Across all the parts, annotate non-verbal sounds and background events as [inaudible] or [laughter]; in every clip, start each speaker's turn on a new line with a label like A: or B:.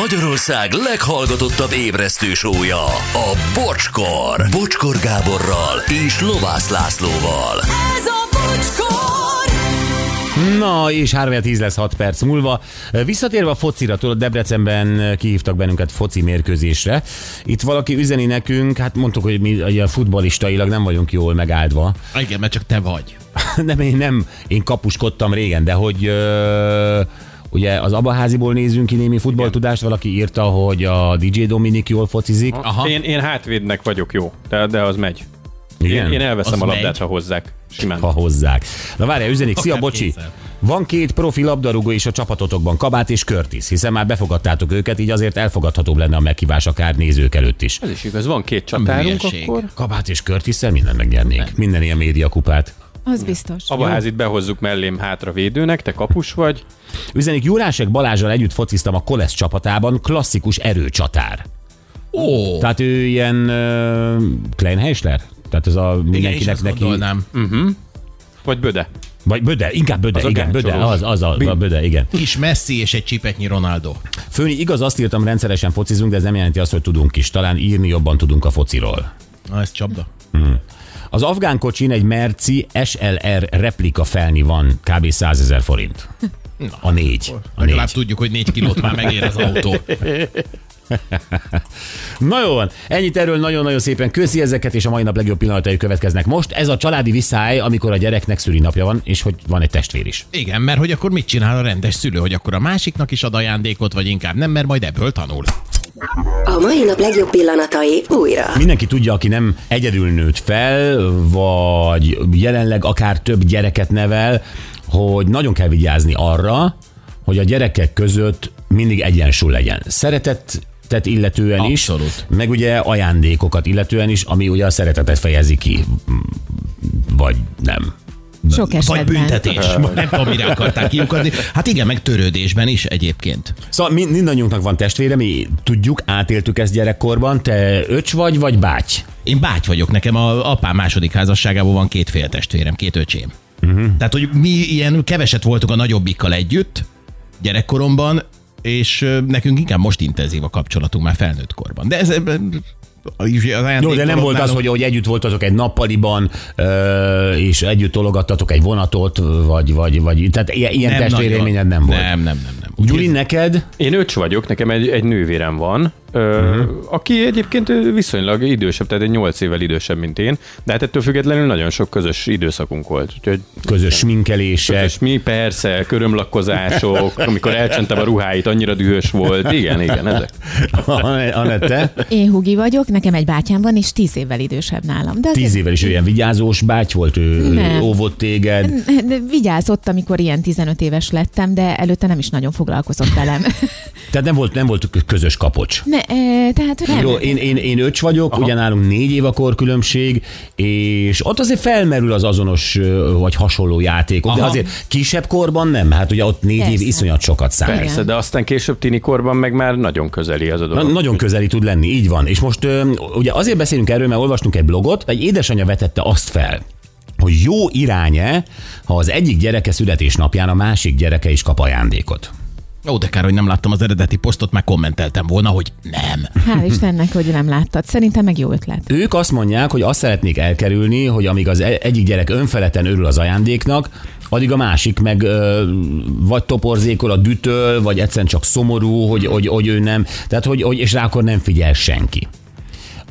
A: Magyarország leghallgatottabb ébresztő sója, a Bocskor. Bocskor Gáborral és Lovász Lászlóval.
B: Ez a bocskor!
C: Na, és 3 10 lesz 6 perc múlva. Visszatérve a focira, tudod, Debrecenben kihívtak bennünket foci mérkőzésre. Itt valaki üzeni nekünk, hát mondtuk, hogy mi ugye, futbalistailag nem vagyunk jól megáldva. [laughs]
D: Igen, mert csak te vagy.
C: Nem, én nem, én kapuskodtam régen, de hogy... Ö, Ugye az abaháziból nézünk ki némi futballtudást, valaki írta, hogy a DJ Dominik jól focizik.
D: Aha.
E: Én, én hátvédnek vagyok jó, de, de az megy.
C: Igen?
E: Én, én elveszem
D: Az
E: a labdát,
D: megy.
E: ha hozzák. Simán.
C: ha hozzák. Na várjál, üzenik, szia,
D: Akár
C: bocsi!
D: kézzel.
C: Van két profi labdarúgó is a csapatotokban, Kabát és Körtis, hiszen már befogadtátok őket, így azért elfogadhatóbb lenne a meghívás akár nézők előtt is.
E: Ez is igaz, van két csatárunk
D: hülyeség.
E: akkor.
C: Kabát és Körtisszel mindent megnyernénk. Minden ilyen médiakupát.
B: Az biztos.
E: Abaházit behozzuk mellém hátra védőnek, te kapus vagy.
C: Üzenik, Jurásek Balázsral együtt fociztam a Kolesz csapatában, klasszikus erőcsatár.
D: Ó,
C: Tehát ő ilyen uh, Kleinheisler? Tehát ez a
D: igen, is
C: mindenkinek
D: azt
C: neki...
D: gondolnám. Hm.
E: Vagy Böde.
C: Vagy Böde, inkább Böde,
E: Az a
C: igen, Böde,
E: gáncsolós.
C: az, az a, a Böde, igen.
D: Kis Messi és egy csipetnyi Ronaldo.
C: Főni, igaz, azt írtam, rendszeresen focizunk, de ez nem jelenti azt, hogy tudunk is. Talán írni jobban tudunk a fociról.
D: Na, ez csapda.
C: Az afgán kocsin egy Merci SLR replika felni van, kb. 100 ezer forint. A négy. A
D: Legalább
C: négy.
D: tudjuk, hogy négy kilót már megér az autó.
C: Na jó van, ennyit erről nagyon-nagyon szépen köszi ezeket, és a mai nap legjobb pillanatai következnek most. Ez a családi visszáj, amikor a gyereknek szülinapja van, és hogy van egy testvér is.
D: Igen, mert hogy akkor mit csinál a rendes szülő, hogy akkor a másiknak is ad ajándékot, vagy inkább nem, mert majd ebből tanul.
F: A mai nap legjobb pillanatai újra.
C: Mindenki tudja, aki nem egyedül nőtt fel, vagy jelenleg akár több gyereket nevel, hogy nagyon kell vigyázni arra, hogy a gyerekek között mindig egyensúly legyen. Szeretet tehát illetően
D: Abszolút.
C: is, meg ugye ajándékokat illetően is, ami ugye a szeretetet fejezi ki, vagy nem.
B: Sok
D: Vagy
B: esetben.
D: büntetés. Nem tudom, mire akarták kiukadni. Hát igen, meg törődésben is egyébként.
C: Szóval mi, mindannyiunknak van testvére, mi tudjuk, átéltük ezt gyerekkorban, te öcs vagy, vagy báty?
D: Én báty vagyok, nekem a apám második házasságából van két féltestvérem, két öcsém.
C: Mhm.
D: Uh-huh. Tehát, hogy mi ilyen keveset voltunk a nagyobbikkal együtt gyerekkoromban, és ö, nekünk inkább most intenzív a kapcsolatunk már felnőtt korban. De ez ö, az
C: Jó, de nem volt az, hogy, hogy együtt voltatok egy nappaliban, ö, és együtt tologattatok egy vonatot, vagy, vagy, vagy tehát ilyen, ilyen testvérélményed nem volt.
D: Nem, nem, nem. nem. Úgy
C: Gyuri, neked?
E: Én öcs vagyok, nekem egy, egy nővérem van, ö,
D: Mhm.
E: uh-huh. aki egyébként ö, viszonylag idősebb, tehát egy 8 évvel idősebb, mint én, de hát ettől függetlenül nagyon sok közös időszakunk volt. Úgyhogy
C: Közös sminkelések.
E: és mi persze, körömlakkozások, amikor elcsentem a ruháit, annyira dühös volt. Igen, igen, ezek.
C: [laughs] Anette?
B: Én Hugi vagyok, nekem egy bátyám van, és tíz évvel idősebb nálam. De azért-
C: Tíz évvel is ő ilyen vigyázós báty volt, ő
B: Nem.
C: nem. óvott téged.
B: De Vigyázott, amikor ilyen 15 éves lettem, de előtte nem is nagyon foglalkozott velem.
C: Tehát nem volt, nem volt közös kapocs.
B: Ne, e, tehát hogy nem.
C: Jó, én, én, én öcs vagyok, Aha. ugyanálunk négy év a korkülönbség, és ott azért felmerül az azonos ö, vagy hasonló játékok, Aha. de
D: Aha.
C: azért kisebb korban nem, hát ugye ott négy év
B: Persze.
C: iszonyat sokat számít.
B: Igen.
E: Persze, de aztán később tinikorban meg már nagyon közeli az a dolog.
C: Na, nagyon közeli tud lenni, így van. És most ö, ugye azért beszélünk erről, mert olvastunk egy blogot, egy édesanyja vetette azt fel, hogy jó iránye, ha az egyik gyereke születésnapján a másik gyereke is kap ajándékot.
D: Ó, de kár, hogy nem láttam az eredeti posztot, már kommenteltem volna, hogy nem.
B: Hál' Istennek, hogy nem láttad. Szerintem meg jó ötlet.
C: Ők azt mondják, hogy azt szeretnék elkerülni, hogy amíg az e- egyik gyerek önfeleten örül az ajándéknak, addig a másik meg ö, vagy toporzékol a dütöl, vagy egyszerűen csak szomorú, hogy, hogy, hogy ő nem, tehát hogy, hogy és rá akkor nem figyel senki.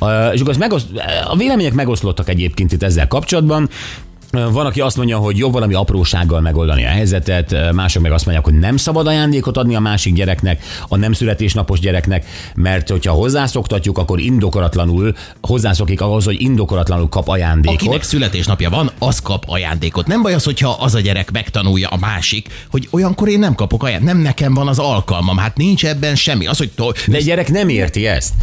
C: Ö, És akkor ezt megoszt, a vélemények megoszlottak egyébként itt ezzel kapcsolatban. Ö, Van, aki azt mondja, hogy jobb valami aprósággal megoldani a helyzetet, ö, mások meg azt mondják, hogy nem szabad ajándékot adni a másik gyereknek, a nem születésnapos gyereknek, mert hogyha hozzászoktatjuk, akkor indokoratlanul hozzászokik ahhoz, hogy indokoratlanul kap ajándékot.
D: Akinek születésnapja van, az kap ajándékot. Nem baj az, hogyha az a gyerek megtanulja a másik, hogy olyankor én nem kapok ajándékot, nem nekem van az alkalmam, hát nincs ebben semmi. Az, hogy to-
C: De egy gyerek nem érti ezt.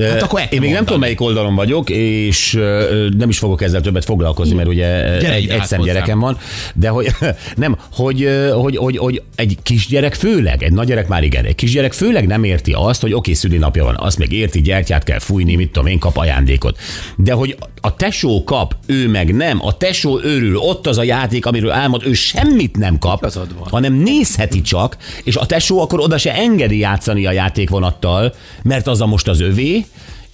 C: Hát
D: akkor el kell
C: Én még nem
D: mondani.
C: tudom, melyik oldalon vagyok, és ö, ö, nem is fogok ezzel többet foglalkozni, mert ugye ö,
D: Gyerekek
C: egy,
D: ide
C: egy szem
D: hozzám.
C: gyerekem van, de hogy [laughs] nem, hogy, ö, hogy, hogy, hogy egy kisgyerek főleg, egy nagy gyerek már igen, egy kisgyerek főleg nem érti azt, hogy oké, okay, szülinapja van, azt még érti, gyertyát kell fújni, mit tudom én, kap ajándékot. De hogy a tesó kap, ő meg nem, a tesó örül, ott az a játék, amiről álmod, ő semmit nem kap, hanem nézheti csak, és a tesó akkor oda se engedi játszani a játékvonattal, mert az a most az övé,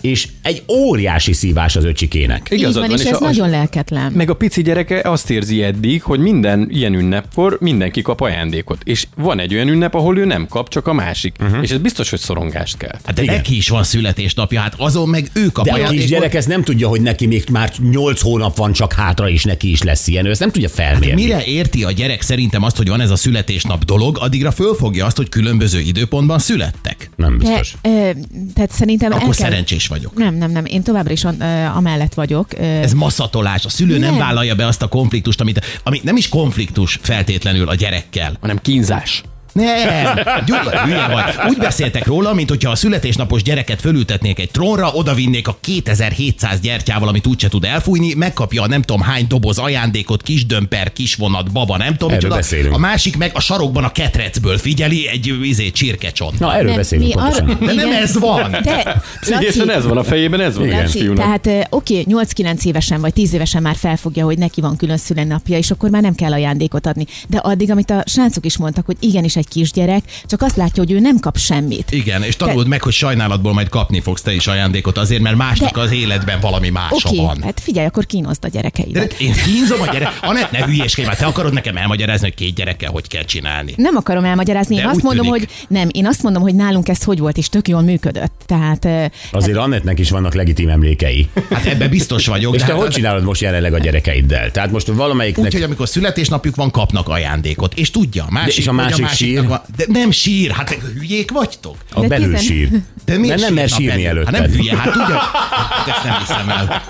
C: és egy óriási szívás az öcsikének.
B: Így van, és ez
E: a,
B: nagyon lelketlen.
E: meg a pici gyereke azt érzi eddig, hogy minden ilyen ünnepkor mindenki kap ajándékot. És van egy olyan ünnep, ahol ő nem kap, csak a másik. Uh-huh. És ez biztos, hogy szorongást kell.
D: Hát de
C: Igen.
D: neki is van születésnapja, hát azon meg ő kap
C: De a
D: ajándékot.
C: kisgyerek ezt nem tudja, hogy neki még már 8 hónap van csak hátra, és neki is lesz ilyen. Ő ezt nem tudja
D: Hát
C: felmérni.
D: mire érti a gyerek szerintem azt, hogy van ez a születésnap dolog, addigra fölfogja azt, hogy különböző időpontban születtek.
C: Nem
B: De,
C: biztos.
B: ö, e, tehát szerintem
D: Akkor
B: el kell...
D: szerencsés vagyok.
B: Nem, nem, nem. Én továbbra is ö, amellett vagyok. e, Ö,
D: Ez maszatolás. A szülő nem, nem
B: Nem.
D: vállalja be azt a konfliktust, amit, ami nem is konfliktus feltétlenül a gyerekkel.
E: Hanem kínzás.
D: Nem, gyugodt, hülye vagy. Úgy beszéltek róla, mint hogyha a születésnapos gyereket fölültetnék egy trónra, odavinnék a 2700 gyertyával, amit úgyse tud elfújni, megkapja a nem tudom hány doboz ajándékot, kis dömper, kis vonat, baba, nem tudom.
C: Erről
D: micsoda.
C: beszélünk.
D: A másik meg a sarokban a ketrecből figyeli egy izé csirkecson.
C: Na, erről
B: nem,
C: beszélünk
B: mi
C: pontosan.
B: arra-
D: De nem
B: igen.
D: ez van.
B: De,
E: Szívesen
B: Laci,
E: ez van a fejében, ez van a
B: Laci,
E: fiúnak.
B: tehát ö, oké, 8-9 évesen vagy 10 évesen már felfogja, hogy neki van külön szülennapja, és akkor már nem kell ajándékot adni. De addig, amit a srácok is mondtak, hogy igenis egy kisgyerek, csak azt látja, hogy ő nem kap semmit.
D: Igen, és tanuld meg, hogy sajnálatból majd kapni fogsz te is ajándékot azért, mert másnak
B: De-
D: az életben valami mása
B: Oké,
D: van.
B: hát figyelj, akkor kínozd a
D: De hát
B: gyerekeidet.
D: én kínzom a gyerek. Anett, ne hülyéskedj már, te akarod nekem elmagyarázni, hogy két gyerekkel hogy kell csinálni.
B: Nem akarom elmagyarázni, én
D: De
B: azt
D: úgy
B: mondom,
D: tűnik.
B: hogy nem, én azt mondom, hogy nálunk ez hogy volt, és tök jól működött. Tehát ö, hát,
C: Azért Annettnek is vannak legitim emlékei.
D: Hát ebbe biztos vagyok.
C: És
D: de
C: te
D: hát-
C: hogy csinálod most jelenleg a gyerekeiddel? Tehát most valamelyiknek...
D: Úgyhogy amikor születésnapjuk van, kapnak ajándékot. És tudja, a másik,
C: De és a
D: hogy
C: másik
D: másiknak
C: sír?
D: Van, de nem sír, hát te hülyék vagytok.
C: A
B: De
C: belül
B: tizen-
C: sír.
D: De miért
C: nem mer
D: sírnak
C: sírni
D: belül?
C: előtted.
D: Hát nem hülye, hát tudja. Hát Ezt nem hiszem el.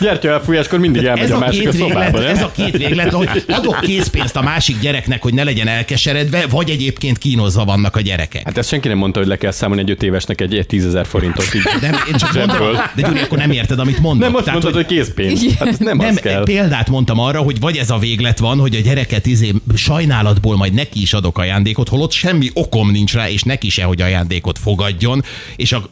E: Gyertya elfújáskor mindig elmegy
D: Ez
E: a
D: a,
E: másik
D: két
E: a szobába,
D: véglet,
E: nem?
D: ez a két véglet, hogy adok készpénzt a másik gyereknek, hogy ne legyen elkeseredve, vagy egyébként kínozva vannak a gyerekek.
E: Hát ezt senki nem mondta, hogy le kell számolni egy öt évesnek egy, egy tízezer forintot így
D: Nem, én csak mondom,
E: zsebből.
D: de Gyuri, akkor nem érted, amit mondok.
E: Nem azt
D: Tehát,
E: mondtad, hogy készpénz. Hát ez nem, nem
D: Nem,
E: az kell.
D: példát mondtam arra, hogy vagy ez a véglet van, hogy a gyereket izé sajnálatból majd neki is adok ajándékot, holott semmi okom nincs rá, és neki se, hogy ajándékot fogadjon. És a,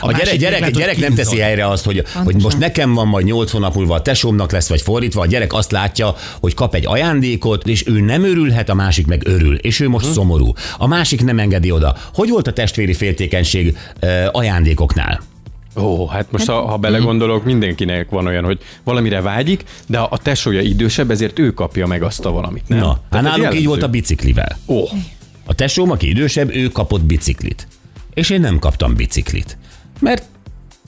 C: A gyerek,
D: másik
C: gyerek,
D: véglet,
C: gyerek
D: hogy
C: nem teszi
D: kínzol.
C: helyre azt, hogy, hogy most nekem van majd 8 hónap múlva a tesómnak lesz, vagy fordítva. A gyerek azt látja, hogy kap egy ajándékot, és ő nem örülhet, a másik meg örül, és ő most szomorú. A másik nem engedi oda. Hogy volt a testvéri féltékenység ö, ajándékoknál?
E: Ó, hát most ha, ha belegondolok, mindenkinek van olyan, hogy valamire vágyik, de a tesója idősebb, ezért ő kapja meg azt a valamit, nem?
C: Na, hát
E: Tehát
C: nálunk
E: jellemző.
C: így volt a biciklivel.
E: Ó,
C: A tesóm, aki idősebb, ő kapott biciklit. És én nem kaptam biciklit. Mert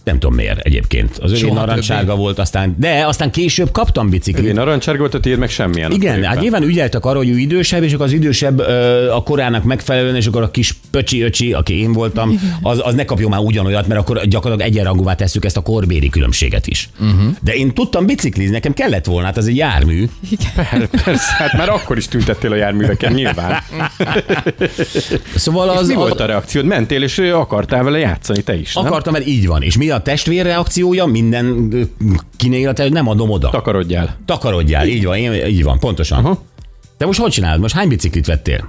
C: nem tudom miért egyébként. Az övé
D: Soha
C: narancssárga volt, aztán, de aztán később kaptam biciklit.
E: én narancsárga volt, a tiéd meg semmilyen.
C: Igen,
E: [laughs]
C: hát nyilván ügyeltek arra, hogy ő idősebb, és akkor az idősebb ö, a korának megfelelően, és akkor a kis pöcsi öcsi, aki én voltam, az, az ne kapjon már ugyanolyat, mert akkor gyakorlatilag egyenrangúvá tesszük ezt a korbéri különbséget is.
E: Mhm.
C: Uh-huh. De én tudtam biciklizni, nekem kellett volna, hát ez egy jármű.
E: Hát Persze, hát már akkor is tüntettél a járműveken, nyilván.
C: Szóval
E: Az,
C: [laughs] az,
E: Mi
C: az,
E: volt a reakciód? Mentél, és akartál vele játszani te is, nem?
C: akartam, mert így van. És mi a testvér reakciója? Minden ö, kinél a test, nem adom oda.
E: Takarodjál.
C: Takarodjál, így van, én, így van, pontosan.
E: Aha.
C: De most hogy csinálod? Most hány biciklit vettél?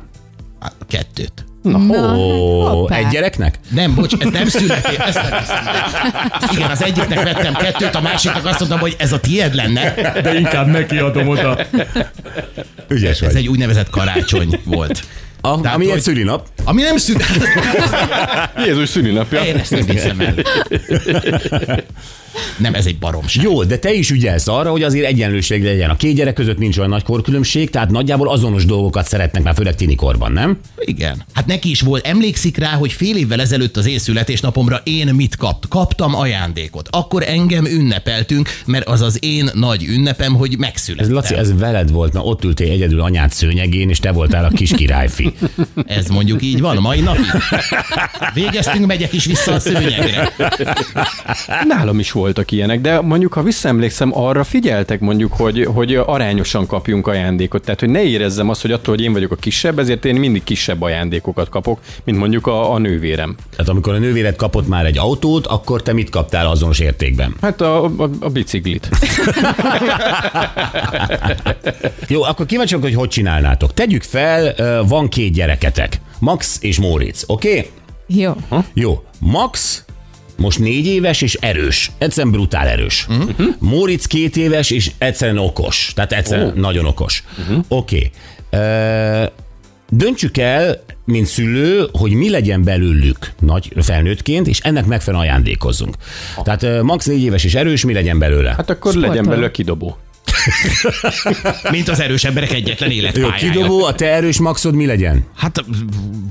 D: Hát, Kettőt.
B: na, hát
C: Ó,
B: hoppá.
C: egy gyereknek?
D: Nem, bocs, ez nem születés. Ez nem születés. Igen, az egyiknek vettem kettőt, a másiknak azt mondtam, hogy ez a tiéd lenne. De inkább neki adom oda.
C: Ügyes
D: Ez
C: vagy.
D: egy úgynevezett karácsony volt.
C: A,
D: Tehát,
C: ami egy
D: hogy-
C: szülinap.
D: Ami nem születés.
E: Jézus szülinapja.
D: Én ezt nem hiszem el. Nem, ez egy baromság.
C: Jó, de te is ügyelsz arra, hogy azért egyenlőség legyen. A két gyerek között nincs olyan nagy korkülönbség, tehát nagyjából azonos dolgokat szeretnek már, főleg tinikorban, nem?
D: Igen. Hát neki is volt, emlékszik rá, hogy fél évvel ezelőtt az én születésnapomra én mit kapt? Kaptam ajándékot. Akkor engem ünnepeltünk, mert az az én nagy ünnepem, hogy
C: Ez
D: megszülettem.
C: Laci, ez veled volt, mert ott ültél egyedül anyád szőnyegén, és te voltál a kis királyfi.
D: ez mondjuk így Így van, a mai
C: [laughs]
D: napig. Végeztünk, megyek is vissza a szőnyegre.
E: Nálam is voltak ilyenek, de mondjuk, ha visszaemlékszem, arra figyeltek mondjuk, hogy, hogy arányosan kapjunk ajándékot. Tehát, hogy ne érezzem azt, hogy attól, hogy én vagyok a kisebb, ezért én mindig kisebb ajándékokat kapok, mint mondjuk a, a nővérem.
C: Tehát amikor a nővéred kapott már egy autót, akkor te mit kaptál azonos értékben?
E: Hát a, a, a biciklit.
C: Jó, akkor kíváncsi vagyok, hogy hogy csinálnátok. Tegyük fel, ö, van két gyereketek, Max és Móricz, oké? Okay?
B: Jó.
C: Jó, Max most négy éves és erős. Egyszerűen brutál erős. Uh-huh. Móricz két éves és egyszerűen okos. Tehát egyszerűen oh. nagyon okos. Uh-huh. Oké. Okay. Ö, Döntsük el, mint szülő, hogy mi legyen belőlük nagy felnőttként, és ennek megfelelően ajándékozzunk. Tehát ö, Max négy éves és erős, mi legyen belőle?
E: Hát akkor
B: Sportoló.
E: legyen belőle kidobó.
D: Mint az erős emberek egyetlen
C: Jó,
D: életpályája.
C: kidobó, a te erős Maxod mi legyen?
D: Hát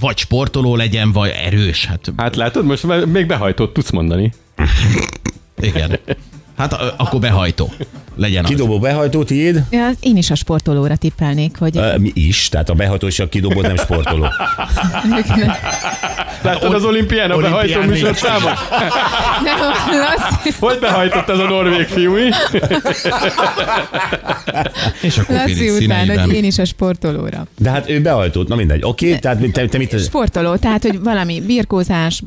D: vagy sportoló legyen, vagy erős. Hát
E: Hát látod, most már még behajtott, tudsz mondani.
D: igen. Hát a- akkor behajtó. Legyen az.
C: Kidobó behajtó, tiéd?
B: Ja, én is a sportolóra tippelnék, hogy
C: Ö, Mi is, tehát a behajtó és a kidobó nem sportoló.
E: Láttad az olimpián a behajtó
D: olimpián még.
E: műsorszámot?
B: [laughs] nem, Laci,
E: Hogy behajtott ez a norvég fiú is?
D: És akkor
B: Laci
D: Laci
B: után,
D: színeiben.
B: hogy én is a sportolóra.
C: De hát ő behajtott, na mindegy. Oké, okay, tehát te, te mit...
B: Sportoló, tehát, hogy valami birkózás.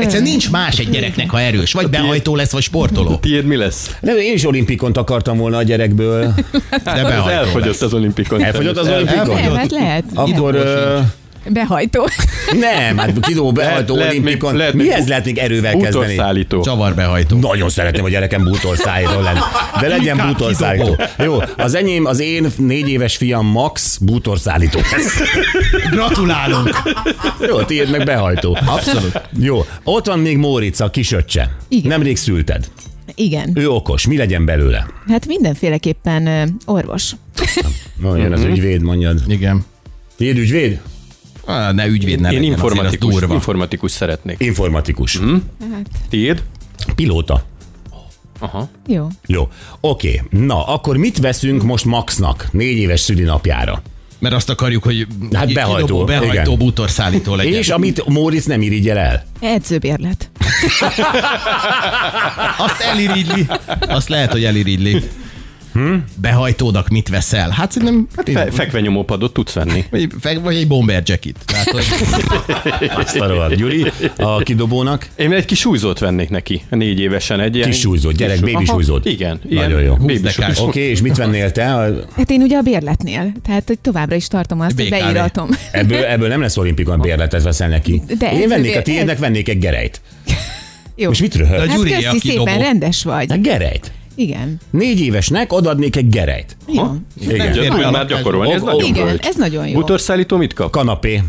D: Egyszerűen nincs más egy gyereknek, ha erős. Vagy behajtó lesz, vagy sportoló.
E: Tiéd mi lesz?
C: Nem, én is olimpikont akartam volna a gyerekből. Hát
D: De
E: Az
D: behajtó
E: elfogyott az olimpikon.
C: Elfogyott az
E: El-
C: olimpikon?
B: Nem, hát lehet.
C: Akkor... ö,
B: Behajtó.
C: Nem, hát kidó behajtó
E: lehet még-
C: olimpikon.
E: lehet még
C: Mi ez
E: bú-
C: lehet még erővel kezdeni?
E: Útorszállító.
D: Csavar behajtó.
C: Nagyon szeretném, hogy a gyerekem bútorszájról lenne. De legyen
D: Inkább
C: bútorszállító. Jó, az enyém, az én négy éves fiam Max bútorszállító.
D: Gratulálunk!
C: Jó, tiéd meg behajtó. Abszolút. Jó, ott van még Móricz, a kisöccse.
B: Igen.
C: Nemrég szülted.
B: Igen.
C: Ő okos, mi legyen belőle?
B: Hát mindenféleképpen ö, orvos.
C: Na, jön az ügyvéd, mondjad.
D: Igen.
C: Tiéd ügyvéd?
D: Ah, Ne ügyvéd, ne
E: Én
D: legyen, azért az
E: informatikus,
D: durva.
E: informatikus szeretnék.
C: Informatikus.
E: Tiéd?
C: Pilóta.
E: Aha.
B: Jó.
C: Jó, oké. Na, akkor mit veszünk most Maxnak négy éves szülinapjára?
D: Mert azt akarjuk, hogy
C: Hát
D: egy
C: behajtó,
D: kidobó, behajtó
C: igen.
D: bútorszállító legyen.
C: És amit Móricz nem irigyel el.
B: Edzőbérlet.
D: Azt elirigyli. Azt lehet, hogy elirigyli.
C: Hm?
D: Behajtódak mit veszel? Hát szerintem... Hát
E: Fe- fekvenyomópadot tudsz venni.
D: vagy, fe- vagy egy bomber jacket. Tehát, hogy
C: Azt a rohadt. Gyuri, a kidobónak.
E: Én egy kis súlyzót vennék neki, négy évesen egy ilyen.
C: Kis súlyzót, gyerek,
E: súly-
C: baby
E: Aha,
C: súlyzót.
E: Igen, ilyen
C: Nagyon jó.
E: Baby
D: Húsz
E: súlyzót.
D: dekás.
C: Oké, és mit vennél te? A-
B: Hát én ugye a bérletnél, tehát hogy továbbra is tartom azt, hogy
D: BKV.
B: beíratom.
C: Ebből, ebből nem lesz olimpikon bérletet veszel neki.
B: De
C: Én
B: ez-
C: vennék a
B: ez-
C: tiédnek, vennék egy gerejt.
B: Jó.
C: Most mit röhög?
D: De-
B: Hát
D: Gyuri,
B: köszi
D: aki
B: szépen,
D: dobó.
B: rendes vagy.
C: Hát gerejt.
B: Igen.
C: Négy évesnek odaadnék egy gerejt.
B: Jó.
E: Ugye,
C: Igen.
D: fér bele
E: Tudjuk már
D: a
E: gyakorolni, ez
C: kezbe.
E: nagyon
B: Igen,
E: bölcs.
B: ez nagyon jó.
E: Bútorszállító mit kap?
C: Kanapé.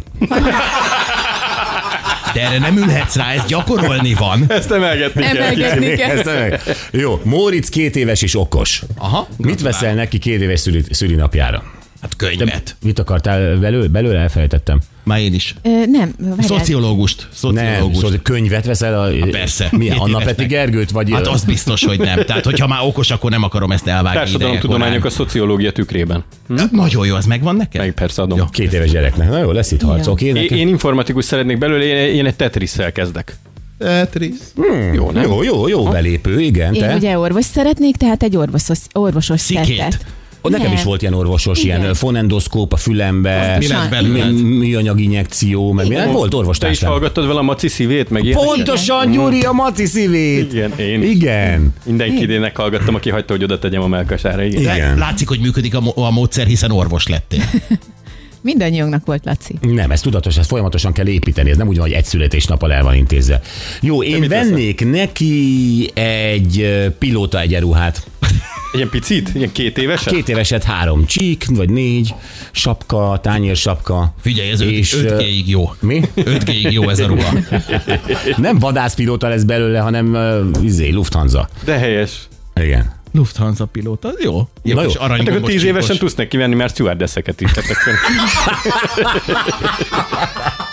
D: de erre nem ülhetsz rá, ez gyakorolni van.
E: Ezt emelgetni kell.
B: Emelgetni
E: kicsit.
B: kell.
C: Ez nem- Jó, Móricz két éves és okos.
D: Aha.
C: Mit veszel neki két éves szüli, szülinapjára?
D: Hát könyvet.
C: Mit akartál belőle? Belőle elfelejtettem.
D: Már én is.
B: Ö, nem, várjál.
D: Szociológust.
C: Nem,
D: Szociológust.
C: szóval könyvet veszel a...
D: Hát persze.
C: Milyen,
D: Két
C: Anna
D: évesnek.
C: Peti Gergőt, vagy...
D: Hát az biztos, hogy nem. Tehát, hogyha már okos, akkor nem akarom ezt elvágni.
E: Társadalomtudományok a
D: ideje
E: szociológia tükrében.
D: korán. Nagyon jó, az megvan neked?
E: Meg persze adom.
D: Jó.
C: Két éves gyereknek. Na jó, lesz itt harc,
B: Igen.
C: oké?
E: Én,
C: neki?
E: én informatikus szeretnék belőle, én, én egy Tetris-szel kezdek.
D: Tetris.
E: Jó, nem?
C: Jó, jó, jó belépő, igen,
B: Én
C: te.
B: ugye orvos szeretnék, tehát egy orvosos, orvosos
D: Szikét.
B: szertet.
C: Ó, Nekem
B: Nem.
C: is volt ilyen orvosos,
B: Igen.
C: ilyen fonendoszkóp a fülembe,
D: Mi lesz
B: Sa-
D: belőled?
C: mi- műanyag injekció, meg minden. Volt
E: hát- Te is
C: orvostársam.
E: hallgattad vele a maci szívét, meg ilyen.
C: Pontosan, Gyuri, a maci szívét.
E: Igen, én is.
C: Igen.
E: Mindenkinek hallgattam, aki hagyta, hogy oda tegyem a melkasára. Igen.
D: De
C: Igen.
D: Látszik, hogy működik a, mo- a módszer, hiszen orvos lettél.
B: Mindannyiunknak volt, Laci.
C: Nem, ez tudatos, ezt folyamatosan kell építeni, ez nem úgy van, hogy egy születésnappal el van intézve. Jó, én
E: mit veszel?
C: vennék neki egy ö, pilóta egyenruhát.
E: Ilyen picit? Ilyen két évesen?
C: Két éveset három csík, vagy négy, sapka, tányérsapka.
D: Figyelj, ez
C: És,
D: 5
C: ö,
D: g jó.
C: Mi?
D: 5 g jó ez a ruha.
C: [laughs] Nem vadászpilóta lesz belőle, hanem uh, izé, Lufthansa.
E: De helyes.
C: Igen.
D: Lufthansa pilóta, jó.
C: Na jó.
D: Jó, és
E: Hát akkor
D: aranygombos
E: tíz évesen
D: csíkos.
E: tudsz neki venni már stewardesseket is. Tehát akkor